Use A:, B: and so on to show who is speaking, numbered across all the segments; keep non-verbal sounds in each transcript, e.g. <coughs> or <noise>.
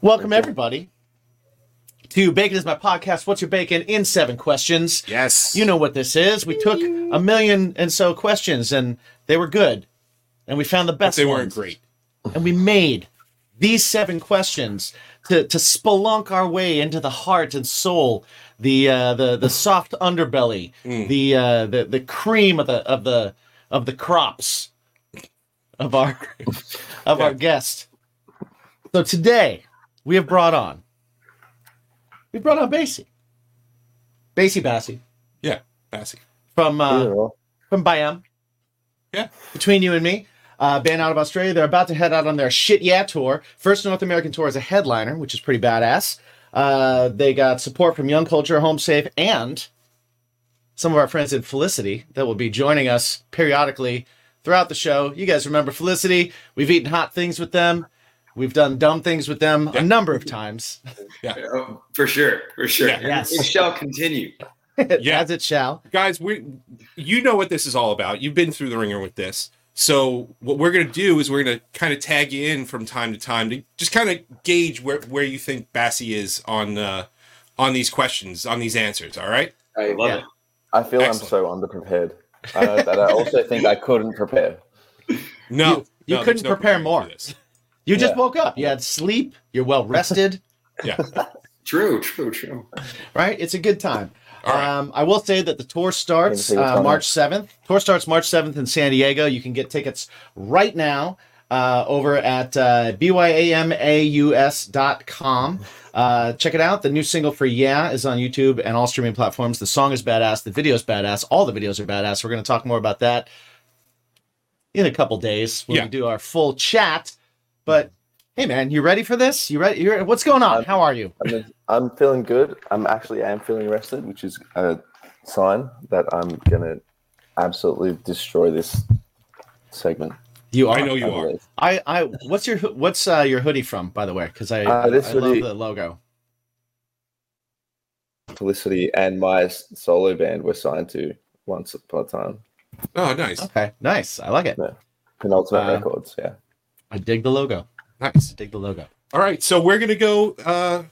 A: Welcome, everybody, to Bacon is My Podcast. What's your bacon in seven questions?
B: Yes.
A: You know what this is. We took a million and so questions, and they were good. And we found the best
B: they weren't
A: ones.
B: great.
A: And we made these seven questions to, to spelunk our way into the heart and soul, the uh, the the soft underbelly, the uh, the the cream of the of the of the crops of our of our guest. So today we have brought on we brought on Basie. Basie Bassey
B: Yeah, Bassy.
A: from uh,
C: Yeah.
A: from Bayam.
B: Yeah.
A: Between you and me, uh, band out of Australia. They're about to head out on their shit yeah tour. First North American tour as a headliner, which is pretty badass. Uh, they got support from Young Culture, Home Safe, and some of our friends in Felicity that will be joining us periodically throughout the show. You guys remember Felicity? We've eaten hot things with them. We've done dumb things with them a number of times, <laughs>
D: Oh, for sure, for sure.
B: Yeah.
A: Yes.
D: It shall continue.
B: Yeah.
A: as it shall.
B: Guys, we you know what this is all about. You've been through the ringer with this. So what we're gonna do is we're gonna kind of tag you in from time to time to just kind of gauge where, where you think Bassy is on uh, on these questions, on these answers. All right.
D: I love
A: Yeah.
D: it.
C: I feel
B: Excellent.
C: I'm so underprepared. And I, and I also think I couldn't prepare.
B: No,
A: you
B: no, there's
A: couldn't
B: no
A: prepare
B: preparing
A: more.
B: for This.
A: You just
C: Yeah.
A: woke up. You had sleep. You're well rested.
D: True, true, true.
A: right? It's a good time.
B: All right.
A: Um, I will say that the tour starts
C: see what's
A: uh,
C: going
A: March 7th. Tour starts March 7th in San Diego. You can get tickets right now uh, over at uh, byamaus.com. Uh, check it out. The new single for Yeah is on YouTube and all streaming platforms. The song is badass. The video is badass. All the videos are badass. We're going to talk more about that in a couple days when
B: Yeah.
A: we do our full chat. But hey, man, you ready for this? You ready? You're, what's going on?
C: I'm-
A: How are you?
C: I'm, I'm feeling good. I'm actually I am feeling rested, which is a sign that I'm gonna absolutely destroy this segment.
A: You are.
B: I know you
C: I
B: are.
A: <laughs>
C: believe.
A: I, I what's your hoo- what's uh, your hoodie from by the way because I,
C: Uh, this
A: I
C: hoodie-
A: love the logo
C: Felicity and my s- solo band were signed to once upon a time.
B: Oh, nice,
A: okay nice I like it
C: Penultimate
B: Uh-huh.
A: Uh,
C: Records, yeah.
A: I dig the logo
B: nice.
A: dig the logo
B: All right, so we're gonna go. Uh,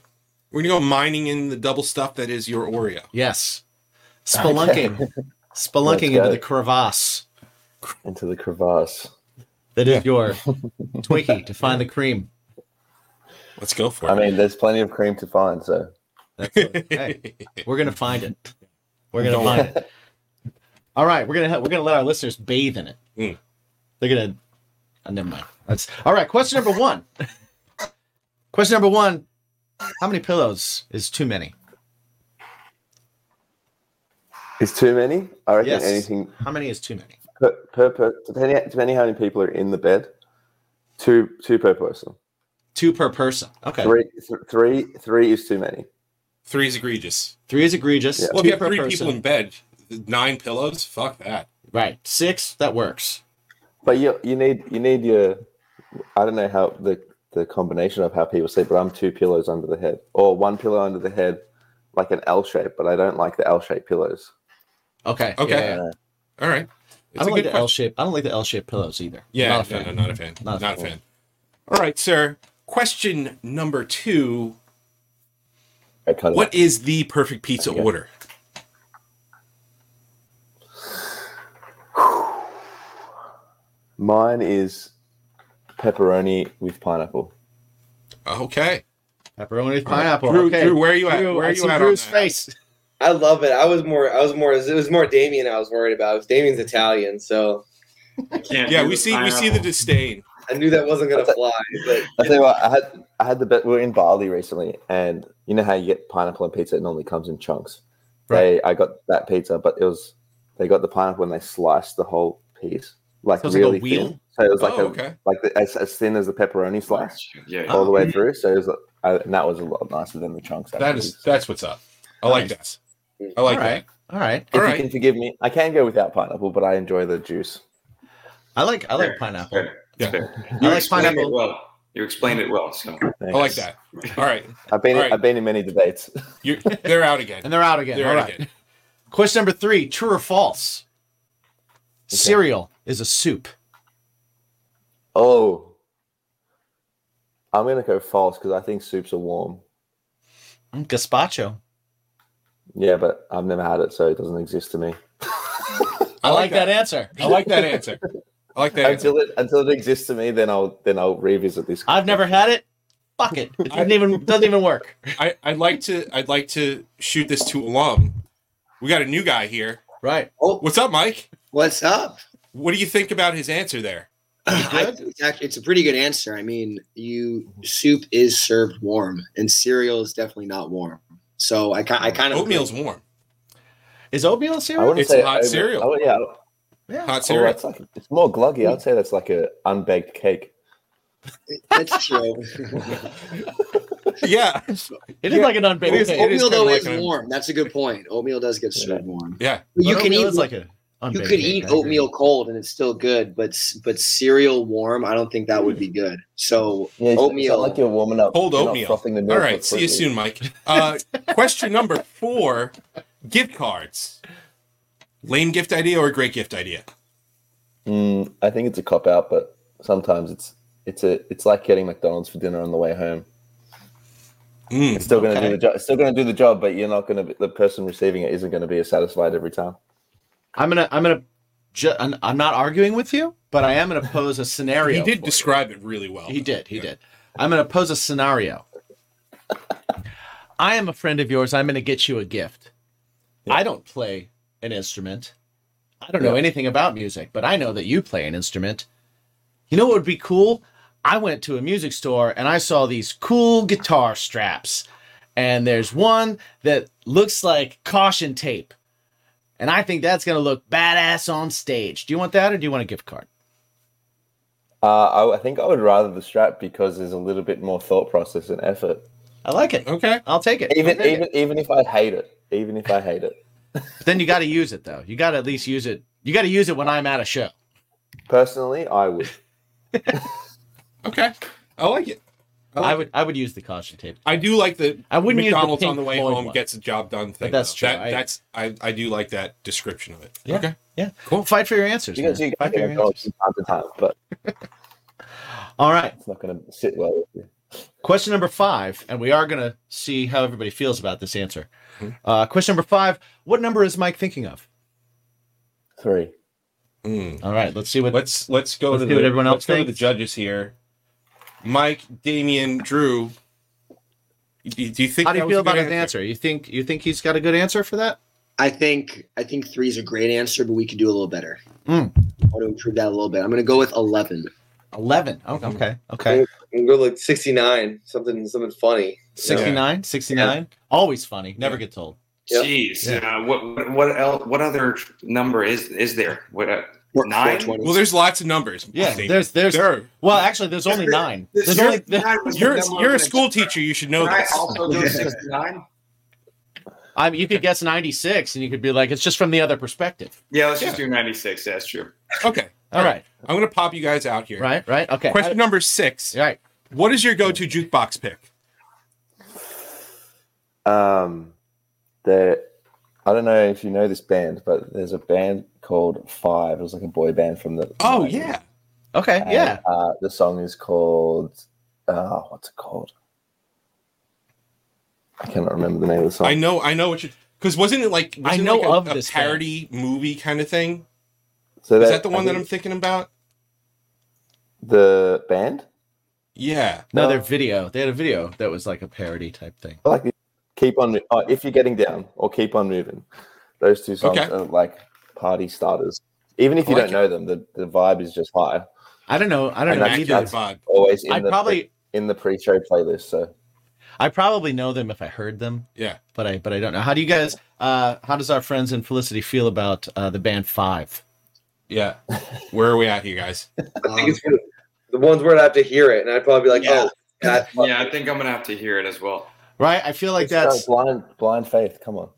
B: we're gonna go mining in the double stuff that is your Oreo.
A: yes
C: <laughs>
A: spelunking spelunking
C: Let's
A: into
C: go.
A: the crevasse
C: Into the crevasse.
A: that is
C: <laughs>
A: your Twinkie to find the cream
B: Let's go for it.
C: I mean, there's plenty of cream to find, so
A: That's what, hey, we're gonna find it we're gonna
B: Don't
A: find it all right we're gonna ha- we're gonna let our listeners bathe in it
C: Hmm.
B: Mm.
A: they're gonna oh, never mind that's all right question number one question number one how many pillows is too many
C: it's too many. I reckon
A: Yes.
C: anything
A: How many is too many?
C: per, per, per depending depending how many people are in the bed, two two per person.
A: Two per person. Okay. Three,
C: Three, th- three, three is too many.
B: Three is egregious.
A: is egregious.
C: Yeah.
A: Two
B: Well, if you have
A: per
B: three
A: person.
B: people in bed, nine pillows, fuck that.
A: right. Six, that works.
C: But you you need you need your I don't know how the the combination of how people sleep, but I'm two pillows under the head or one pillow under the head, like an L shape. But I don't like the L shaped pillows.
A: Okay.
B: Okay.
A: Yeah, yeah.
B: All right.
A: I
B: It's a
A: don't like
B: good
A: the
B: question.
A: L shape. I don't like the L shaped pillows either.
B: Yeah,
A: Not a fan.
B: no, no, not a fan.
A: Not a
B: Not, a
A: fan.
B: fan. All right, sir. Question number two
C: I cut it.
B: What is the perfect pizza
C: Okay.
B: order?
C: Mine is pepperoni with pineapple.
B: Okay.
A: Pepperoni with pineapple.
B: Drew,
A: okay.
B: Drew, where are you at?
A: Drew,
B: where are
A: I
B: you
A: see
B: at?
A: Drew's
B: on that?
A: face.
E: I love it. I was more. I was more. It was more Damien. I was worried about. It was Damien's Italian, so
D: I can't
B: Yeah,
D: do
B: we
D: the
B: see we see the
D: pineapple.
B: disdain.
E: I knew that wasn't gonna fly. But
C: I tell you what, I had I had the best. We were in Bali recently, and you know how you get pineapple and pizza. It normally comes in chunks. They, I got that pizza, but it was they got the pineapple and they sliced the whole piece, like
A: So it's like a
C: really
A: wheel?
C: thin. So it was like
B: oh,
C: a,
B: okay.
C: like the, as, as thin as the pepperoni slice
D: Yeah,
B: Oh,
C: all the way through. So it was, I, and that was a lot nicer than the chunks.
B: Mm. That is that's what's up. I like that. I like
A: All right. All right.
C: If
B: all
C: you
B: right.
C: can forgive me, I can go without pineapple, but I enjoy the juice.
A: I like I like
D: Fair,
A: pineapple.
D: fair,
B: Yeah.
D: fair.
A: I
D: You
A: like
D: explained it
A: pineapple.
D: well. You explained it well. So
B: that. I like that. All right.
C: I've been
B: All right.
C: I've been in many debates. <laughs>
B: You're, they're out again.
A: And they're out again.
B: They're
A: All
B: out
A: right.
B: again.
A: Question number three: True or false?
C: Okay.
A: Cereal is a soup.
C: Oh, I'm gonna go false because I think soups are warm.
A: Mm, Gazpacho.
C: Yeah, but I've never had it, so it doesn't exist to me.
A: I, like that. answer.
B: I like that answer. I like
A: <laughs>
B: that answer.
C: until it until it exists to me, then I'll then I'll revisit this.
A: I've never had it. Fuck it. It doesn't even doesn't even work.
B: I, I'd like to I'd like to shoot this to alum. We got a new guy here.
A: Right.
E: Oh,
B: What's up, Mike?
F: What's up? <clears throat>
B: What do you think about his answer there?
F: I think it's, act- it's a pretty good answer. I mean, you soup is served warm, and cereal is definitely not warm. So I, ki- I kind of
B: Oatmeal's warm.
A: Is oatmeal
C: I
A: cereal?
C: wouldn't
B: It's
C: say
B: hot
C: over-
B: cereal.
C: I would- yeah, oh,
A: Yeah.
B: Hot cereal.
C: that's like it's more gluggy. I'd say that's like a unbaked cake.
F: That's true.
B: yeah.
A: <laughs> It is
B: Yeah.
A: like an unbaked
B: It is-
A: cake.
B: <laughs> it is kinda
F: Oatmeal though
B: like
F: is
B: an-
F: warm. That's a good point. Oatmeal does get served warm.
B: Yeah.
F: But you
A: But
F: can
A: oatmeal
F: eat
A: is like a
F: you
A: unbaked
F: could
A: cake,
F: eat
A: I agree.
F: oatmeal cold and it's still good, but s- but cereal warm, I don't think that would be
A: Mm.
F: good. So
C: Yeah, it's, it's
F: Oatmeal.
C: not like you're warming up.
B: Cold
C: you're not
B: oatmeal.
C: frothing the milk
B: All
C: for
B: right. See you
C: fruit.
B: soon, Mike. Uh, question number four gift cards. Lame gift idea or great gift idea?
C: Mm, I think it's a cop out, but sometimes it's it's a it's like getting McDonald's for dinner on the way home.
B: Mm.
C: It's still gonna
A: Okay.
C: do the job. It's still gonna do the job, but you're not gonna. Be, the person receiving it isn't gonna be as satisfied every time.
A: I'm gonna I'm gonna ju- I'm I'm not arguing with you, but I am gonna pose a scenario.
B: He did
A: for you.
B: describe it really well.
A: He did. He did. I'm going to pose a scenario. <laughs> I am a friend of yours. I'm going to get you a gift. I don't play an instrument. I don't know
C: Yeah.
A: anything about music, but I know that you play an instrument. You know what would be cool? I went to a music store and I saw these cool guitar straps. And there's one that looks like caution tape. And I think that's going to look badass on stage. Do you want that or do you want a gift card?
C: Uh, I, I think I would rather the strap because there's a little bit more thought process and effort.
A: I like it.
B: Okay.
A: I'll take it. I'll
C: Even
A: take it.
C: even even if I hate it, even if I hate it,
A: then you got to use it though. You got to at least use it. You got to use it when I'm at a show.
C: personally, I would.
B: Okay. I like it. I, like
A: I
B: it.
A: would I would use the caution tape.
B: I do like the
A: I wouldn't use the
B: McDonald's
A: pink
B: on the way
A: Floyd
B: home
A: one.
B: gets the job done thing.
A: that's
B: though.
A: true.
B: That,
A: I-
B: that's I, I do like that description of it.
A: Yeah.
B: Okay.
A: Cool. Fight for your answers.
C: You guys
A: man.
C: do
A: Fight
C: get
A: for your
C: McDonald's
A: answers.
C: from time to time, but
A: All right.
C: it's not gonna sit well with you.
A: Question number five, and we are gonna see how everybody feels about this answer.
B: Mhm.
A: Uh, question number five. What number is Mike thinking of?
C: Three.
B: Mm.
A: All right. Let's see what.
B: Let's let's go
A: Let's
B: to
A: see
B: the,
A: what everyone
B: let's
A: else
B: go to the
A: thinks.
B: judges here. Mike, Damien, Drew. Do, do you think?
A: how do
B: that
A: you
B: was
A: feel
B: a good
A: about his answer? You think you think he's got a good answer for that?
F: I think I think three is a great answer, but we could do a little better.
A: Mm.
F: I want to improve that a little bit. I'm gonna go with eleven.
A: Eleven. Oh,
B: Mhm.
A: okay. Okay.
E: I'm gonna go like 69, something something funny.
A: Sixty nine. Sixty nine. Always funny. Never
B: Yeah.
A: get told.
E: Yep.
D: Jeez,
A: Yeah.
D: uh, what what what else? What other number is is there? What uh,
F: Or
D: Nine?
F: 420.
B: Well, there's lots of numbers.
A: Yeah.
B: Damien.
A: There's there's.
B: There are-
A: Well, actually, there's only nine. There's only. <laughs>
B: You're you're a school teacher. You should know
D: Can I
B: this.
D: also do sixty nine?
A: I mean, you could guess ninety six, and you could be like, it's just from the other perspective.
D: Yeah, let's just do ninety six. That's true.
B: Okay.
A: All right.
B: I'm gonna pop you guys out here.
A: Right, right. Okay.
B: Question number six.
A: All right.
B: What is your go-to jukebox pick?
C: Um, the I don't know if you know this band, but there's a band called Five. It was like a boy band from the.
B: Oh yeah.
A: Okay.
C: And,
A: yeah.
C: Uh, the song is called. Uh, what's it called? I cannot remember the name of the song.
B: I know, I know what you because wasn't it like
A: I
B: wasn't it
A: know
B: like a,
A: of
B: a
A: this
B: parody movie kind of thing?
C: So
B: Is that the one that I'm
C: think
B: thinking about?
C: the band?
B: Yeah.
A: No,
C: no.
A: their video. They had a video that was like a parody type thing.
C: I like the- keep on. Mo- oh, if you're getting down, or keep on moving. Those two songs
B: Okay.
C: are like party starters. Even if
B: I
C: you
B: like
C: don't know them, the, the vibe is just high.
A: I don't know. I don't
C: And
A: know
C: that's-
A: either.
B: Immaculate vibe.
C: Always in
A: I
C: the
A: probably,
C: in the pre-show playlist. So
A: I probably know them if I heard them.
B: Yeah.
A: But I, but I don't know. How do you guys? Uh, how does our friends in Felicity feel about uh, the band Five?
B: Yeah. Where are we at here, guys?
E: I think it's one of the ones where I'd have to hear it, and I'd probably be like,
D: Yeah.
E: oh, God,
D: Yeah, I think I'm gonna have to hear it as well.
A: Right. I feel like
C: It's got
A: that's
C: blind blind faith. Come on.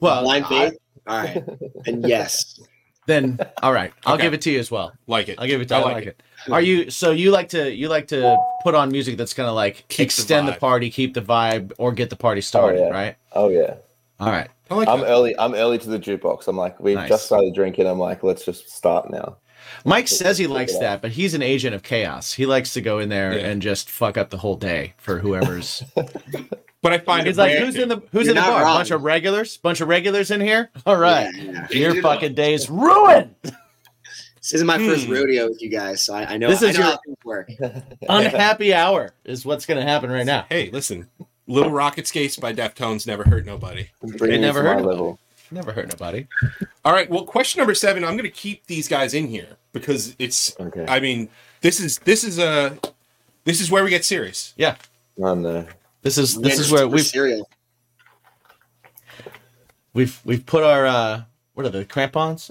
A: well.
F: Blind
A: I-
F: faith. All
A: <laughs>
F: right, and yes,
A: then all right. I'll
B: Okay.
A: give it to you as well.
B: Like it.
A: I'll give it to.
B: I
A: I
B: like
A: like it. Are you so you like to you like to put on music that's gonna like
B: Keep the
A: extend the,
B: vibe.
A: party, keep the vibe, or get the party started,
C: yeah.
A: right?
C: Oh yeah.
A: All right.
B: I like
C: I'm
B: that.
C: early. I'm early to the jukebox. I'm like, we've
A: Nice.
C: just started drinking. I'm like, let's just start now.
A: Mike says he likes that, but he's an agent of chaos. He likes to go in there
B: Yeah.
A: and just fuck up the whole day for whoever's.
B: But I <laughs> find
A: He's
B: it's
A: like, who's in the who's
F: You're
A: in the
F: not
A: bar?
F: wrong.
A: Bunch of regulars, bunch of regulars in here. <laughs> All right,
F: Yeah, yeah.
A: your
D: You know,
A: fucking day's
F: <laughs>
A: ruined.
F: This isn't my first
B: Hmm.
F: rodeo with you guys, so I, I know
A: This
F: I
A: is
F: know
A: your-
F: how things work.
A: Unhappy hour is what's going to happen right now.
B: Hey, listen, Little Rocket Skates by Deftones never hurt nobody.
C: Bringing
A: never
C: to my
A: heard of it.
C: level.
A: Never hurt nobody.
B: All right. Well, question number seven. I'm going to keep these guys in here because it's.
C: Okay.
B: I mean, this is this is a this is where we get serious.
C: oh, no.
A: This is <laughs>
F: Yeah,
A: this is
F: just
A: where
F: for
A: we've
F: cereal.
A: we've we've put our uh what are the crampons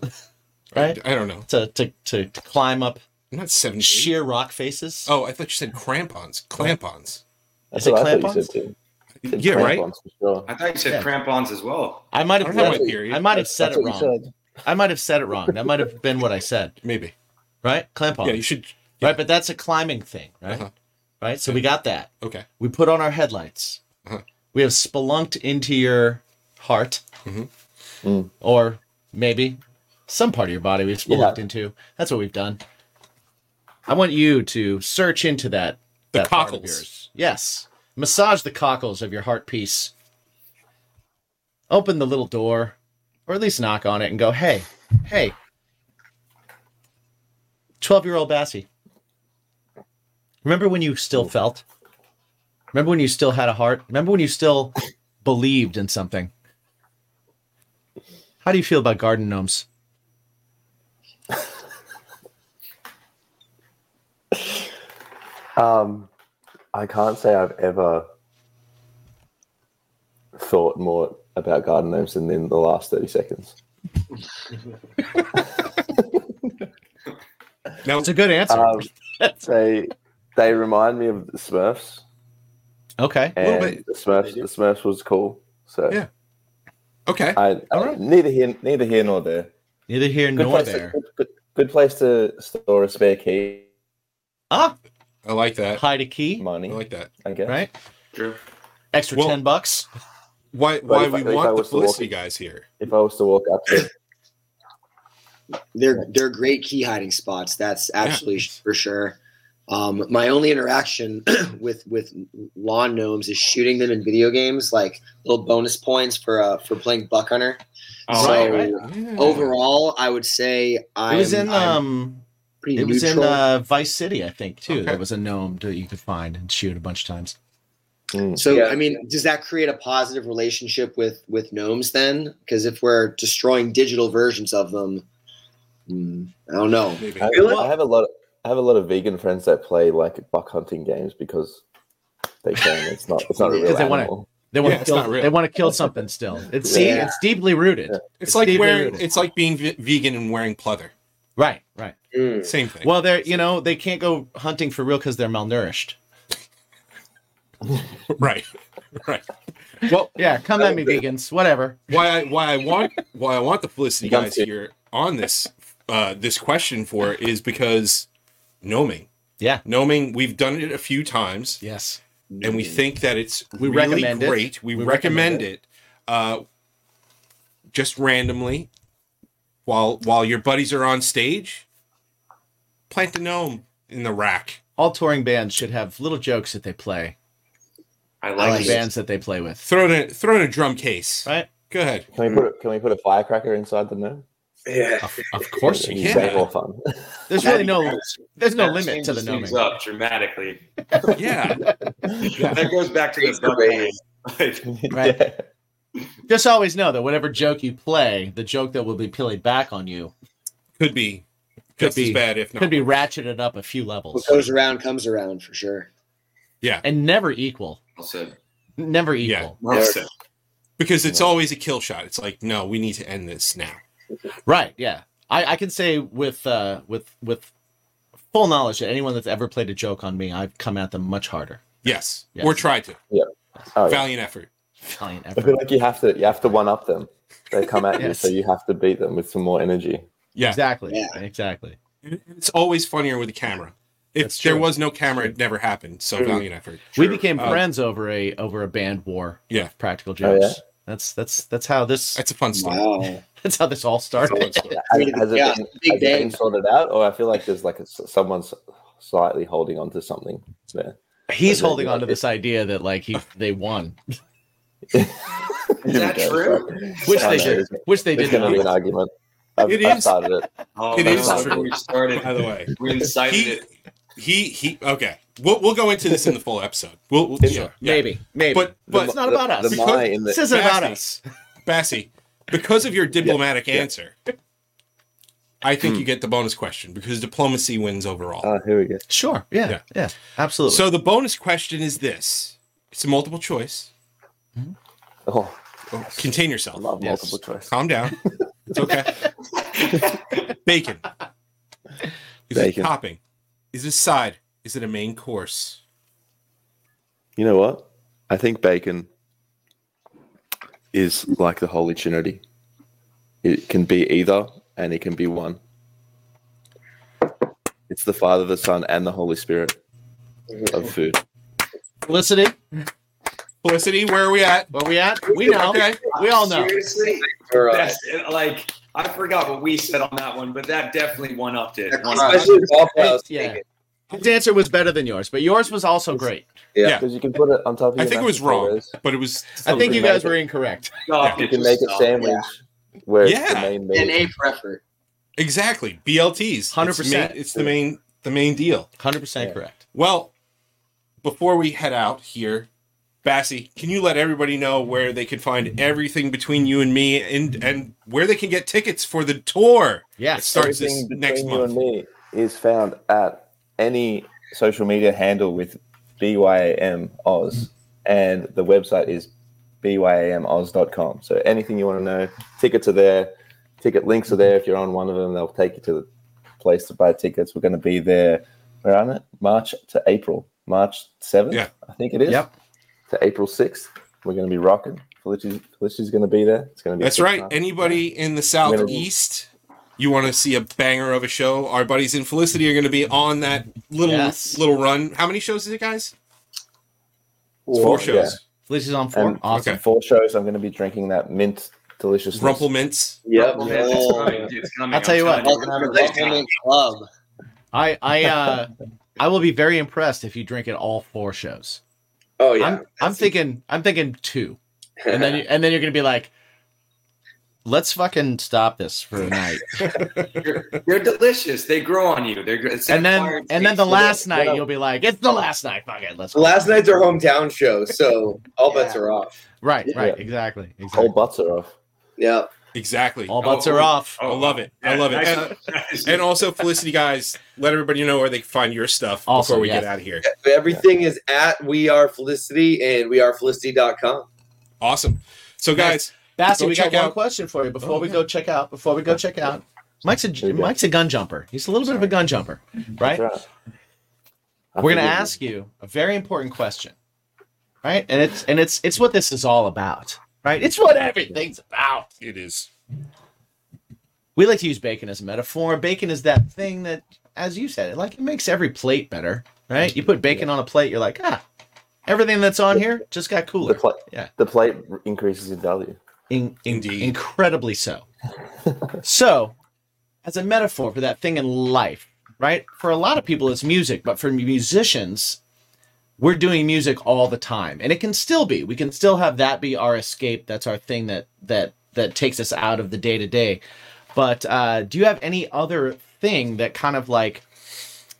A: right
B: I don't know.
A: to to to, to climb up
B: I'm not seventy.
A: sheer rock faces.
B: Oh, I thought you said crampons. Clampons.
C: That's
A: Is it
C: what I thought you
A: clamp-ons?
C: said too.
B: Yeah, right.
C: Clamp-ons for sure.
D: I thought you said
A: Yeah.
D: crampons as well.
A: I might
B: I
A: have
B: don't have
A: I,
B: my period.
A: might have said
C: That's
A: it
C: what you
A: wrong. I might have said it wrong. That might have been what I said.
B: Maybe.
A: Right? Clamp-ons.
B: Yeah, you should.
A: Right, but that's a climbing thing, right?
B: Uh-huh.
A: Right. So we got that.
B: Okay.
A: We put on our headlights.
B: Uh-huh.
A: We have spelunked into your heart,
B: Mhm.
C: Mm.
A: or maybe some part of your body we've spelunked
C: Yeah.
A: into. That's what we've done. I want you to search into that
B: The
A: that part of
B: cockles.
A: yours. Yes, massage the cockles of your heart piece. Open the little door, or at least knock on it and go, "Hey, hey, twelve-year-old Bassie." Remember when you still felt? Remember when you still had a heart? Remember when you still <coughs> believed in something? How do you feel about garden gnomes?
C: Um, I can't say I've ever thought more about garden gnomes than in the last thirty seconds.
B: Now,
A: It's a good answer.
C: Um, they they remind me of the Smurfs,
A: okay.
B: little
C: and
B: bit.
C: the Smurfs the Smurfs was cool. So
B: Yeah. okay.
C: I, I-
A: All right.
C: neither here neither here nor there.
A: Neither here
C: Good
A: nor
C: place, to,
A: there.
C: good, good, good place to store a spare key,
A: Ah,
B: I like that.
A: hide a key,
B: I
C: money.
B: like that.
C: I guess.
A: right?
D: True.
A: Extra
B: Well-
A: ten bucks.
B: Why?
C: But
B: Why
C: if I-
B: we
C: if I
B: want the
C: was to walk
B: Felicity
C: in-
B: guys here?
C: If I was to walk
A: <coughs>
C: up to
F: They're they're great key hiding spots. That's absolutely for sure. Um, my only interaction <clears throat> with with lawn gnomes is shooting them in video games, like little bonus points for uh, for playing buck hunter.
D: Oh,
F: so
D: right, right.
B: Yeah.
F: overall, I would say
A: It
F: I'm,
A: was in
F: I'm
A: um,
F: pretty
A: it was in
F: neutral.
A: uh, Vice City, I think, too.
B: Okay.
A: There was a gnome that you could find and shoot a bunch of times.
C: Mm.
F: So
E: Yeah.
F: I mean, does that create a positive relationship with with gnomes then? Because if we're destroying digital versions of them, mm, I don't know.
B: Maybe.
C: I,
E: Really?
C: I have a lot. Of, I have a lot of vegan friends that play like buck hunting games because they can. It's not.
A: <laughs>
C: It's not a real
A: Because they
C: animal.
A: wanna- They want
B: Yeah,
A: to
B: it's
A: kill.
B: not real.
A: They want to kill something still. It's see,
F: Yeah.
A: it's deeply rooted.
C: Yeah.
B: It's like
A: Steve
B: wearing.
A: Irwin.
B: It's like being ve- vegan and wearing pleather.
A: Right, right.
E: Mm.
B: Same thing.
A: Well, they're you know they can't go hunting for real because they're malnourished.
B: right. Right.
A: <laughs> Yeah, come at me, vegans. Whatever.
B: why I why I want why I want the Felicity
C: You got
B: guys
C: to.
B: here on this uh this question for is because gnoming.
A: Yeah.
B: Gnoming, we've done it a few times
A: Yes.
B: and
F: Hmm.
B: we think that it's
A: We
B: really
A: recommend it.
B: great. We,
A: We
B: recommend,
A: recommend
B: it. Uh just randomly while while your buddies are on stage, plant a gnome in the rack.
A: All touring bands should have little jokes that they play.
D: I
A: on
F: like
A: the
D: like
F: it.
A: bands that they play with.
B: Throw in a throw in a drum case.
A: Right.
B: Go
A: <laughs>
B: ahead.
C: Can we put? A, can we put a firecracker inside the gnome?
E: Yeah.
A: Of, of course you
B: Yeah.
A: can.
C: Way more fun. <laughs>
A: There's really no there's no limit to the
D: numbers
A: gnoming.
D: up dramatically.
B: Yeah.
D: That goes back to the
E: It's
D: buck
E: crazy.
D: hunting. Like,
A: Right.
C: Yeah.
A: Just always know that whatever joke you play, the joke that will be played back on you
B: Could be
A: Could
B: just
A: be.
B: as bad if not.
A: could be ratcheted up a few
F: What
A: levels
F: goes around comes around for sure.
A: and never equal.
D: well said.
A: Never
B: Yeah.
A: equal.
D: Well said.
B: because it's always a kill shot. It's like, no, we need to end this now.
A: Right. Yeah. I, I can say with uh, with with full knowledge that anyone that's ever played a joke on me, I've come at them much harder.
B: Yes,
A: Yes.
B: or try to.
C: Oh, yeah.
B: Valiant effort.
A: Valiant
C: I feel
A: effort.
C: like you have to. You have to one up them. They come at you,
A: Yes.
C: so you have to beat them with some more energy.
B: Yeah,
A: Exactly.
F: Yeah.
A: Exactly.
B: it's always funnier with a camera. If
A: That's
B: there
A: true.
B: was no camera, it never happened. So
C: True.
B: valiant effort.
A: We became
B: Uh,
A: friends over a over a band war.
B: Yeah.
A: Practical
C: Oh, yeah?
A: jokes. That's that's that's how this
B: That's a fun story.
F: <laughs> Wow.
A: that's how this all
C: <laughs>
A: started.
C: Has, has it
F: Yeah,
C: been,
F: big
C: has it been
F: bang.
C: sorted out, or I feel like there's like a, someone's slightly holding on to something there.
A: He's
C: Doesn't
A: holding
C: like
A: on to
C: it.
A: this idea that like he they won,
D: Is
C: <laughs>
D: that true?
A: which they
C: I know,
A: did,
C: it's-
A: which they
C: There's going to be
A: did
C: an
A: not.
C: argument. I've,
B: It
C: I've
B: is.
C: started it.
D: Oh,
B: It
D: that's
B: is
D: not
B: true.
D: where We
B: <laughs>
D: started.
B: By the way,
D: We incited
B: He-
D: it.
B: he he. Okay, we'll we'll go into this in the full episode. We'll, we'll
C: Is
B: yeah,
C: it?
B: yeah.
A: Maybe, maybe.
B: But but
A: It's not about
C: the,
A: us.
C: The my in
B: <laughs>
A: this
C: the,
A: isn't about
B: Bassi.
A: us.
B: Bassie, because of your diplomatic
C: yeah.
B: answer, I think you get the bonus question because diplomacy wins overall.
C: oh, here we go.
A: Sure. Yeah.
B: Yeah.
A: Yeah. absolutely.
B: so the bonus question is this: it's a multiple choice.
C: Oh,
B: Contain
C: I
B: yourself.
C: love
A: Yes.
C: multiple choice.
B: Calm down. It's
C: <laughs>
B: okay. Bacon. Is
C: Bacon.
B: it topping? Is it a side? Is it a main course?
C: You know what? I think bacon is like the Holy Trinity. It can be either, and it can be one. It's the Father, the Son, and the Holy Spirit of food.
A: Felicity,
B: Felicity, where are we at?
A: where we at? We know.
B: Okay.
A: We all know.
D: Seriously?
E: All right.
D: That's it. like I forgot what we said on that one, but that definitely one upped it.
F: That
D: One
F: crushed
D: upped
E: Especially with all players.
A: Yeah. His answer was better than yours, but yours was also great.
B: Yeah.
C: Because you can put it on top of.
B: I
C: your
B: think it
C: mashed
B: was wrong,
C: potatoes.
B: but it was.
A: I think you
C: Something
A: guys
C: like
A: were incorrect.
D: it. Upped
C: You
D: it
C: can
D: just
C: make a
D: up.
C: sandwich where it's the
B: Yeah.
C: main
F: An
C: meat.
F: A for effort.
B: Exactly. BLTs.
A: 100%.
B: It's, main- it's the main the main deal.
A: 100%
C: Yeah.
A: correct.
B: Well, before we head out here, Bassie, can you let everybody know where they can find everything between you and me and and where they can get tickets for the tour? It
A: Yes.
B: starts this
C: Everything between
B: next
C: you
B: month.
C: and me is found at any social media handle with BYAM Oz, and the website is byamoz.com. So anything you want to know, tickets are there. Ticket links are there. If you're on one of them, they'll take you to the place to buy tickets. We're going to be there. Where on it? March to April, March seventh,
B: Yeah.
C: I think it is.
A: Yep.
C: To April sixth, we're going to be rocking. Felicity's, Felicity's going to be there. It's going to be. a
B: That's
C: sick
B: right.
C: time.
B: Anybody in the
C: gonna-
B: southeast, you want to see a banger of a show? Our buddies in Felicity are going to be on that little
A: Yes.
B: little run. How many shows is it, guys? It's
C: Four,
B: Four shows.
A: Felicity's on four.
C: And-
A: awesome.
B: Okay.
C: four shows. I'm going to be drinking that mint delicious.
B: Rumple mints.
E: Yep.
D: Oh, man, it's coming. It's coming.
A: I'll tell
D: I'm
A: you what.
D: telling
F: Welcome to the Gentleman's Club.
A: I I uh I will be very impressed if you drink at all four shows.
E: Oh yeah.
A: I'm I'm thinking I'm thinking two. And then you, and then you're going to be like let's fucking stop this for a night.
D: They're, they're delicious. They grow on you. They're gr- it's an
A: and then
D: acquired
A: and then the
D: taste.
A: last
C: What
A: night
C: up?
A: you'll be like it's the last night fuck it let's go.
E: Last night's our hometown show, so all bets
F: Yeah.
E: are off.
A: Right,
C: Yeah.
A: right, exactly. exactly.
C: Whole butts are off.
E: Yeah.
B: Exactly.
A: All butts
D: Oh,
A: are off.
B: I love it. I love it. And,
D: <laughs> Nice.
B: and also, Felicity, guys, let everybody know where they can find your stuff
A: Also,
B: before we
A: yeah.
B: get out of here.
E: Everything is at We Are Felicity and We Are Felicity.com.
B: Awesome. So, guys,
A: Bassie,
B: Go
A: we got
B: check
A: one
B: out-
A: question for you before
B: Oh,
A: we
B: yeah.
A: go check out. Before we go check out, Mike's
C: There
A: a
C: you go.
A: Mike's a gun jumper. He's a little bit of a gun jumper, right?
C: That's right. I
A: We're gonna
C: forgive you.
A: ask you a very important question, right? And it's and it's it's what this is all about, right? It's what everything's about.
B: it is.
A: We like to use bacon as a metaphor. Bacon is that thing that, as you said, it like it makes every plate better, right? You put bacon on a plate, you're like, ah, everything that's on here just got
C: The
A: cooler.
C: plate.
A: Yeah.
C: The plate increases in value.
A: in, in-
B: Indeed.
A: incredibly so. so, as a metaphor for that thing in life, right? For a lot of people, it's music, but for musicians, we're doing music all the time, and it can still be. We can still have that be our escape. That's our thing that that that takes us out of the day to day. But uh, do you have any other thing that kind of like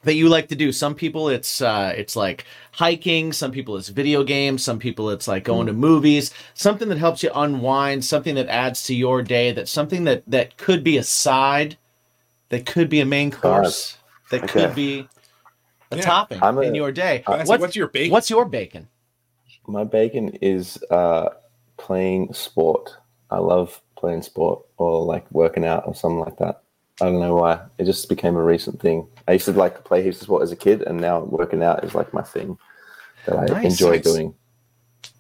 A: that you like to do? Some people, it's uh, it's like hiking. Some people, it's video games. Some people, it's like going to
C: Hmm.
A: movies. Something that helps you unwind. Something that adds to your day. That's something that that could be a side. That could be a main course. That
C: Okay.
A: could be a
B: Yeah.
A: topping
C: I'm a-
A: in your day.
C: I-
B: Bassie,
A: Uh, what's,
B: what's your bacon?
A: what's your bacon?
C: My bacon is uh, playing sport. I love playing sport or like working out or something like that. I don't know why. It just became a recent thing. I used to like to play heaps of sport as a kid, and now working out is like my thing that I
A: Nice,
C: enjoy
B: nice.
C: doing.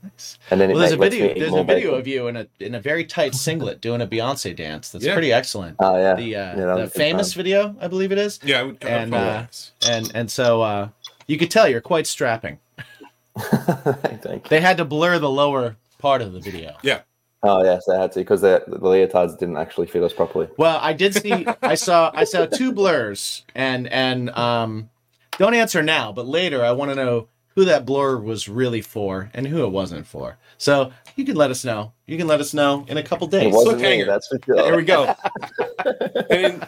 A: Nice.
C: And then
A: Well,
C: it
A: there's a
C: make, lets me
A: video.
C: eat
A: There's
C: more
A: a video
C: bacon.
A: of you in a in a very tight singlet doing a Beyonce dance. That's
B: Yeah.
A: pretty excellent.
C: Oh yeah,
A: The uh,
C: that was
A: the
C: a good
A: famous
C: time.
A: video, I believe it is.
B: Yeah, I would. I would
A: And,
B: probably
A: uh,
B: ask.
A: and and so uh, you could tell you're quite strapping.
C: <laughs> Thank you.
A: They had to blur the lower part of the video.
B: Yeah.
C: Oh yes, they had to because the, the leotards didn't actually fit us properly.
A: Well, I did see. I saw. I saw two blurs, and and um, don't answer now, but later I want to know who that blur was really for and who it wasn't for. So you can let us know. You can let us know in a couple
C: It
A: days.
C: wasn't me,
B: cliffhanger.
C: that's for
B: There
C: sure.
B: we
A: <laughs>
B: go. and in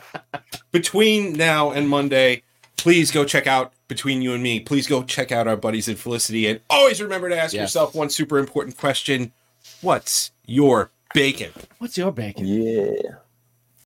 B: between now and Monday, please go check out Between You and Me. Please go check out our buddies in Felicity. And always remember to ask
A: Yes.
B: yourself one super important question What's your bacon?
A: What's your bacon?
C: Yeah.